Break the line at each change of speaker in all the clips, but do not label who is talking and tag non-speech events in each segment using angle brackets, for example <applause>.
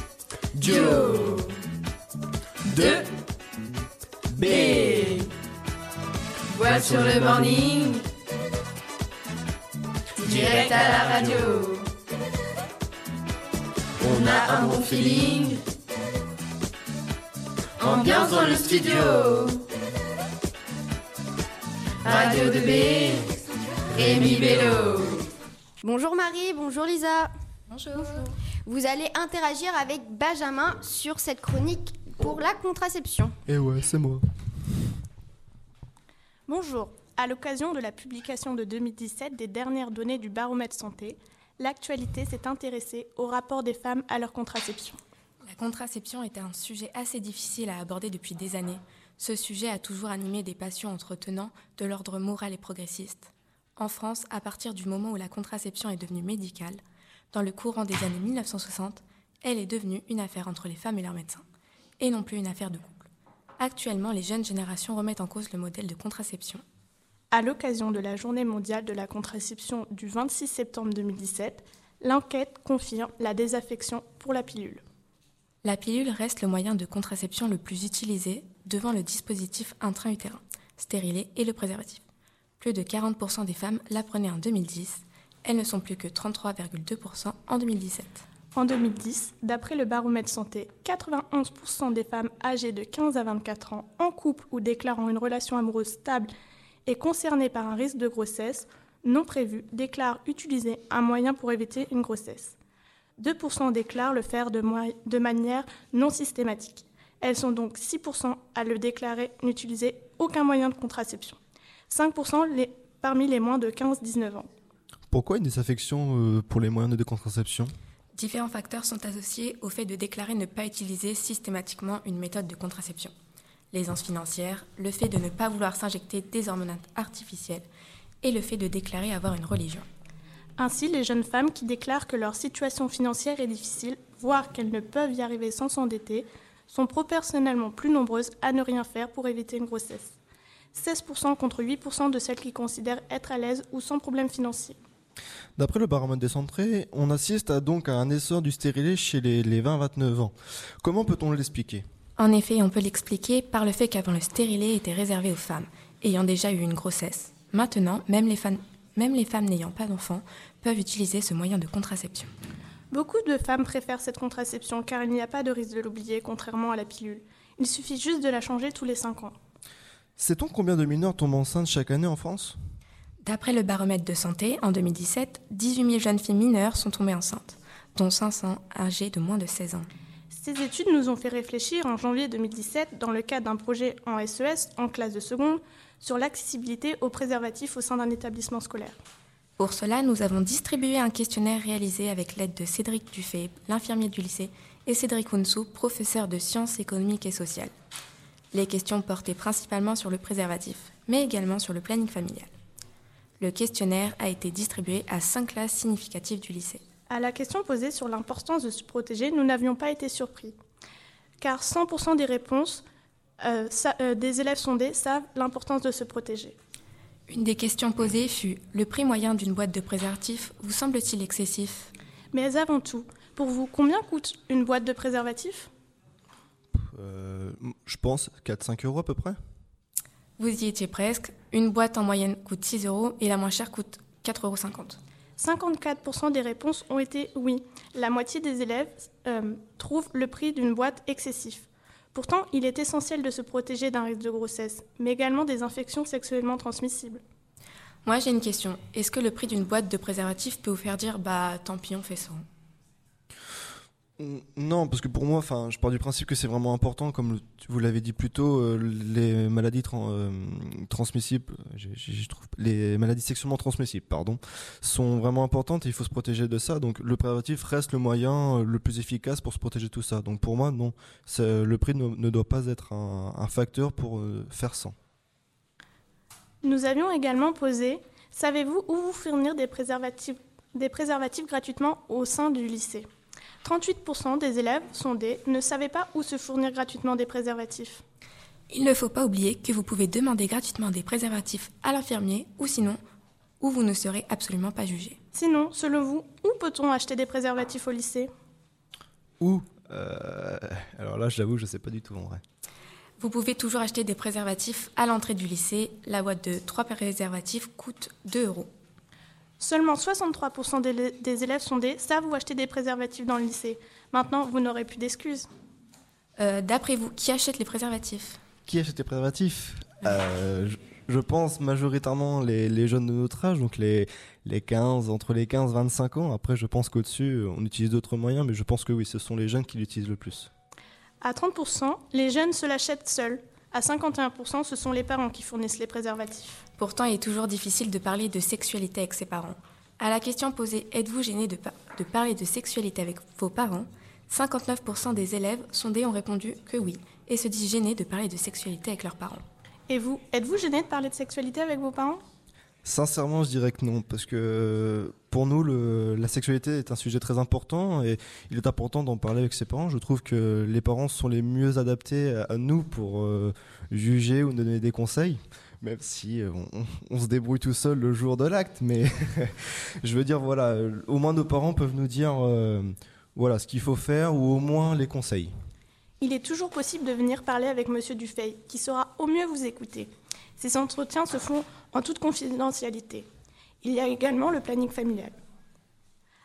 Radio de B.
Voix sur le morning, direct à la radio. On a un bon feeling, ambiance dans le studio. Radio de B, Rémi Bello.
Bonjour Marie, bonjour Lisa.
Bonjour.
Vous allez interagir avec Benjamin sur cette chronique pour la contraception.
Et Eh ouais, c'est moi.
Bonjour. À l'occasion de la publication de 2017 des dernières données du baromètre santé, l'actualité s'est intéressée au rapport des femmes à leur contraception.
La contraception est un sujet assez difficile à aborder depuis des années. Ce sujet a toujours animé des passions entretenant de l'ordre moral et progressiste. En France, à partir du moment où la contraception est devenue médicale, dans le courant des années 1960, elle est devenue une affaire entre les femmes et leurs médecins, et non plus une affaire de couple. Actuellement, les jeunes générations remettent en cause le modèle de contraception.
À l'occasion de la Journée mondiale de la contraception du 26 septembre 2017, l'enquête confirme la désaffection pour la pilule.
La pilule reste le moyen de contraception le plus utilisé devant le dispositif intra-utérin, stérilé et le préservatif. Plus de 40% des femmes l'apprenaient en 2010, elles ne sont plus que 33,2% en 2017.
En 2010, d'après le baromètre santé, 91% des femmes âgées de 15 à 24 ans en couple ou déclarant une relation amoureuse stable et concernées par un risque de grossesse non prévu déclarent utiliser un moyen pour éviter une grossesse. 2% déclarent le faire de, moi- de manière non systématique. Elles sont donc 6% à le déclarer n'utiliser aucun moyen de contraception. 5% les- parmi les moins de 15-19 ans.
Pourquoi une désaffection euh, pour les moyens de contraception
Différents facteurs sont associés au fait de déclarer ne pas utiliser systématiquement une méthode de contraception. L'aisance financière, le fait de ne pas vouloir s'injecter des hormones artificielles et le fait de déclarer avoir une religion.
Ainsi, les jeunes femmes qui déclarent que leur situation financière est difficile, voire qu'elles ne peuvent y arriver sans s'endetter, sont proportionnellement plus nombreuses à ne rien faire pour éviter une grossesse. 16% contre 8% de celles qui considèrent être à l'aise ou sans problème financier.
D'après le baromètre décentré, on assiste à donc à un essor du stérilet chez les, les 20-29 ans. Comment peut-on l'expliquer
En effet, on peut l'expliquer par le fait qu'avant le stérilet était réservé aux femmes ayant déjà eu une grossesse. Maintenant, même les femmes, même les femmes n'ayant pas d'enfants peuvent utiliser ce moyen de contraception.
Beaucoup de femmes préfèrent cette contraception car il n'y a pas de risque de l'oublier, contrairement à la pilule. Il suffit juste de la changer tous les 5 ans.
Sait-on combien de mineurs tombent enceintes chaque année en France
D'après le baromètre de santé, en 2017, 18 000 jeunes filles mineures sont tombées enceintes, dont 500 âgées de moins de 16 ans.
Ces études nous ont fait réfléchir en janvier 2017, dans le cadre d'un projet en SES, en classe de seconde, sur l'accessibilité aux préservatifs au sein d'un établissement scolaire.
Pour cela, nous avons distribué un questionnaire réalisé avec l'aide de Cédric Dufay, l'infirmier du lycée, et Cédric Hounsou, professeur de sciences économiques et sociales. Les questions portaient principalement sur le préservatif, mais également sur le planning familial. Le questionnaire a été distribué à cinq classes significatives du lycée.
À la question posée sur l'importance de se protéger, nous n'avions pas été surpris, car 100% des réponses euh, sa- euh, des élèves sondés savent l'importance de se protéger.
Une des questions posées fut Le prix moyen d'une boîte de préservatif vous semble-t-il excessif
Mais avant tout, pour vous, combien coûte une boîte de préservatifs
Euh, Je pense 4-5 euros à peu près.
Vous y étiez presque. Une boîte en moyenne coûte 6 euros et la moins chère coûte 4,50 euros.
54% des réponses ont été oui. La moitié des élèves euh, trouvent le prix d'une boîte excessif. Pourtant, il est essentiel de se protéger d'un risque de grossesse, mais également des infections sexuellement transmissibles.
Moi j'ai une question. Est-ce que le prix d'une boîte de préservatif peut vous faire dire bah tant pis on fait sans
N- Non, parce que pour moi, enfin, je pars du principe que c'est vraiment important, comme le- vous l'avez dit plus tôt, euh, les maladies tran- euh, transmissibles, j'ai- j'ai- je trouve, les maladies sexuellement transmissibles, pardon, sont vraiment importantes et il faut se protéger de ça. Donc, le préservatif reste le moyen euh, le plus efficace pour se protéger de tout ça. Donc, pour moi, non, C'est- le prix ne, ne doit pas être un, un facteur pour euh, faire sans.
Nous avions également posé Savez-vous où vous fournir des préservatifs, des préservatifs gratuitement au sein du lycée 38% des élèves sondés ne savaient pas où se fournir gratuitement des préservatifs.
Il ne faut pas oublier que vous pouvez demander gratuitement des préservatifs à l'infirmier ou sinon où vous ne serez absolument pas jugé.
Sinon, selon vous, où peut-on acheter des préservatifs au lycée
Ou. euh, alors là, j'avoue, je sais pas du tout en vrai.
Vous pouvez toujours acheter des préservatifs à l'entrée du lycée. La boîte de 3 préservatifs coûte 2 euros.
Seulement 63% des, des élèves sondés savent où acheter des préservatifs dans le lycée. Maintenant, vous n'aurez plus d'excuses.
Euh, D'après vous, qui achète les préservatifs
Qui achète les préservatifs Euh, je, je pense majoritairement les, les jeunes de notre âge, donc les, les 15, entre les 15 et 25 ans. Après, je pense qu'au-dessus, on utilise d'autres moyens, mais je pense que oui, ce sont les jeunes qui l'utilisent le plus.
À 30%, les jeunes se l'achètent seuls. À 51%, ce sont les parents qui fournissent les préservatifs.
Pourtant, il est toujours difficile de parler de sexualité avec ses parents. À la question posée Êtes-vous gêné de, par- de parler de sexualité avec vos parents 59% des élèves sondés ont répondu que oui et se disent gênés de parler de sexualité avec leurs parents.
Et vous, êtes-vous gêné de parler de sexualité avec vos parents
Sincèrement, je dirais que non, parce que euh, pour nous, le- la sexualité est un sujet très important et il est important d'en parler avec ses parents. Je trouve que les parents sont les mieux adaptés à, à nous pour euh, juger ou nous donner des conseils, même si euh, on, on- on se débrouille tout seul le jour de l'acte. Mais <laughs> je veux dire, voilà, euh, au moins nos parents peuvent nous dire euh, voilà, ce qu'il faut faire ou au moins les conseils.
Il est toujours possible de venir parler avec Monsieur Dufay, qui saura au mieux vous écouter. Ces entretiens se font en toute confidentialité. Il y a également le planning familial.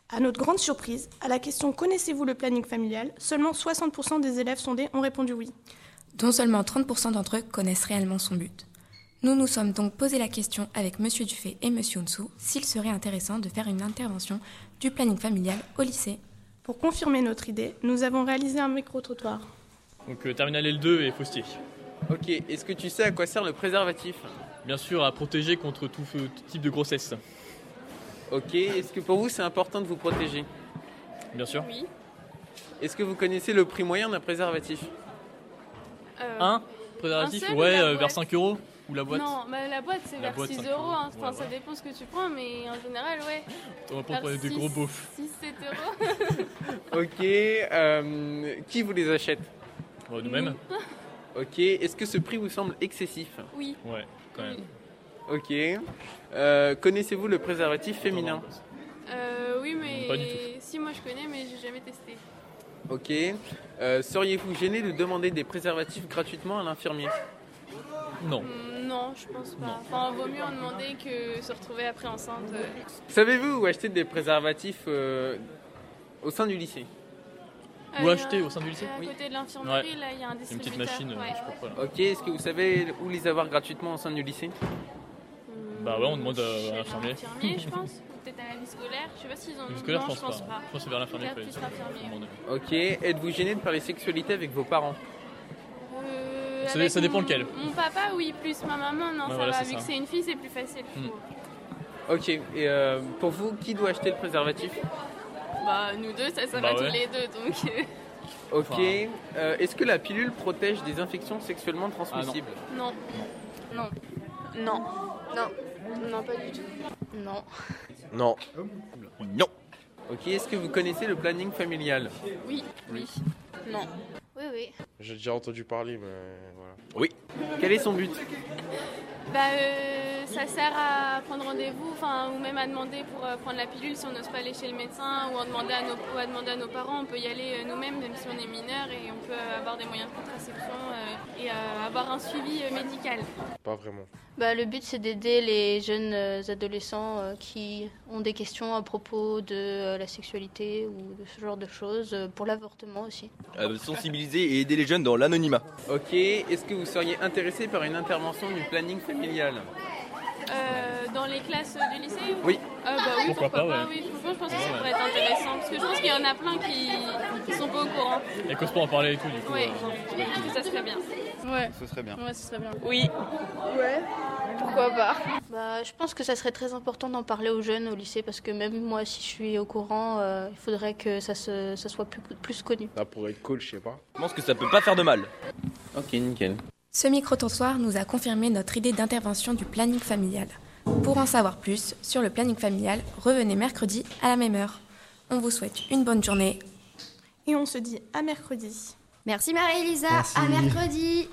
À notre grande surprise, à la question Connaissez-vous le planning familial seulement 60% des élèves sondés ont répondu oui.
dont seulement 30% d'entre eux connaissent réellement son but. Nous nous sommes donc posé la question avec M. Dufay et M. Hounsou s'il serait intéressant de faire une intervention du planning familial au lycée.
Pour confirmer notre idée, nous avons réalisé un micro-trottoir.
Donc euh, terminal L2 et Faustier.
Ok, est-ce que tu sais à quoi sert le préservatif
Bien sûr, à protéger contre tout feu- tout type de grossesse.
Ok, est-ce que pour vous c'est important de vous protéger
Bien
Euh,
sûr.
Est-ce que vous connaissez le prix moyen d'un préservatif
euh,
Un préservatif
un seul ou
Ouais,
la
euh, vers
boîte
5 euros ou Hein la boîte.
Non, bah, la boîte c'est
La
vers
boîte,
6
cinq
euros, hein.
euros,
Enfin,
ouais,
ça
ouais.
dépend ce que tu prends, mais en général, ouais.
On va pas prendre des gros beaufs.
6-7 euros.
Ok, euh, qui vous les achète
Ouais, Nous-mêmes
Mm.
Ok, est-ce que ce prix vous semble excessif
Oui.
Ouais, quand même.
Ok, euh, connaissez-vous le préservatif féminin
Euh, oui, mais.
Pas du tout.
Si, moi je connais, mais j'ai jamais testé.
Ok, euh, seriez-vous gêné de demander des préservatifs gratuitement à l'infirmier
Non.
Hmm, non, je pense pas. Enfin, vaut mieux en demander que se retrouver après enceinte. euh.
Savez-vous où acheter des préservatifs euh, au sein du lycée
Ou
Euh,
acheter
y a-
au sein du lycée.
À
Oui.
côté de l'infirmerie,
Ouais.
là, il y a un
Il y a Une
distributeur.
petite machine, euh,
ouais.
je sais pas quoi, là.
Ok, est-ce que vous savez où les avoir gratuitement au sein du lycée
Hmm,
Bah ouais, on demande, euh, à
chez
l'infirmier.
l'infirmier,
<laughs>
je pense. Ou peut-être à la vie scolaire. Je sais pas s'ils en ont.
Une scolaire,
non,
je pense pas. Je pense que c'est vers l'infirmier.
Peut-être
qu'il
plus
fallait-
l'infirmier.
demander.
Ok, êtes-vous gêné de parler sexualité avec vos parents
Euh,
Ça-
avec
ça dépend
mon-
lequel.
Mon papa, oui, plus ma maman, non,
Ouais,
ça
voilà,
va.
c'est
Vu
ça.
que c'est une fille, c'est plus facile. je
Hmm.
trouve.
Ok, et euh, pour vous, qui doit acheter le préservatif
Bah, nous deux, ça sert
Bah
à
ouais.
tous les deux, donc. euh,
Ok,
Enfin.
euh, est-ce que la pilule protège des infections sexuellement transmissibles
non. Non.
Non. Non. Non, pas du tout. Non.
Non. Non.
Ok, est-ce que vous connaissez le planning familial
Oui. Oui.
Non. Oui, oui.
J'ai déjà entendu parler, mais voilà.
Quel est son but
Bah, euh, ça sert à prendre rendez-vous, enfin, ou même à demander pour euh, prendre la pilule si on n'ose pas aller chez le médecin, ou, en demander à nos, ou à demander à nos parents. On peut y aller euh, nous-mêmes, même si on est mineur, et on peut euh, avoir des moyens de contraception euh, et euh, avoir un suivi euh, médical.
Pas vraiment.
Bah, le but, c'est d'aider les jeunes euh, adolescents euh, qui ont des questions à propos de euh, la sexualité ou de ce genre de choses, euh, pour l'avortement aussi.
Euh, sensibiliser et aider les jeunes dans l'anonymat.
Ok, est-ce que vous seriez intéressé par une intervention du planning familial
Euh, dans les classes euh, du lycée ou-
Oui.
Euh, bah oui, pourquoi,
Pourquoi pas,
pas,
ouais.
oui. Franchement, je pense que ça pourrait être intéressant. Parce que je pense qu'il y en a plein qui, qui sont pas au courant.
Et cause pas en parler et tout, du coup.
Oui,
euh,
je pense que ça serait bien.
Ouais,
Ce serait bien.
ouais, ce serait bien.
Oui.
Pourquoi pas bah, Je pense que ça serait très important d'en parler aux jeunes au lycée, parce que même moi, si je suis au courant, euh, il faudrait que ça, se, ça soit plus, plus connu.
Ça pourrait être cool, je sais pas.
Je pense que ça peut pas faire de mal.
Ok, nickel.
Ce micro-trottoir nous a confirmé notre idée d'intervention du planning familial. Pour en savoir plus sur le planning familial, revenez mercredi à la même heure. On vous souhaite une bonne journée
Et on se dit à mercredi.
Merci Marie-Elisa,
Merci.
à mercredi.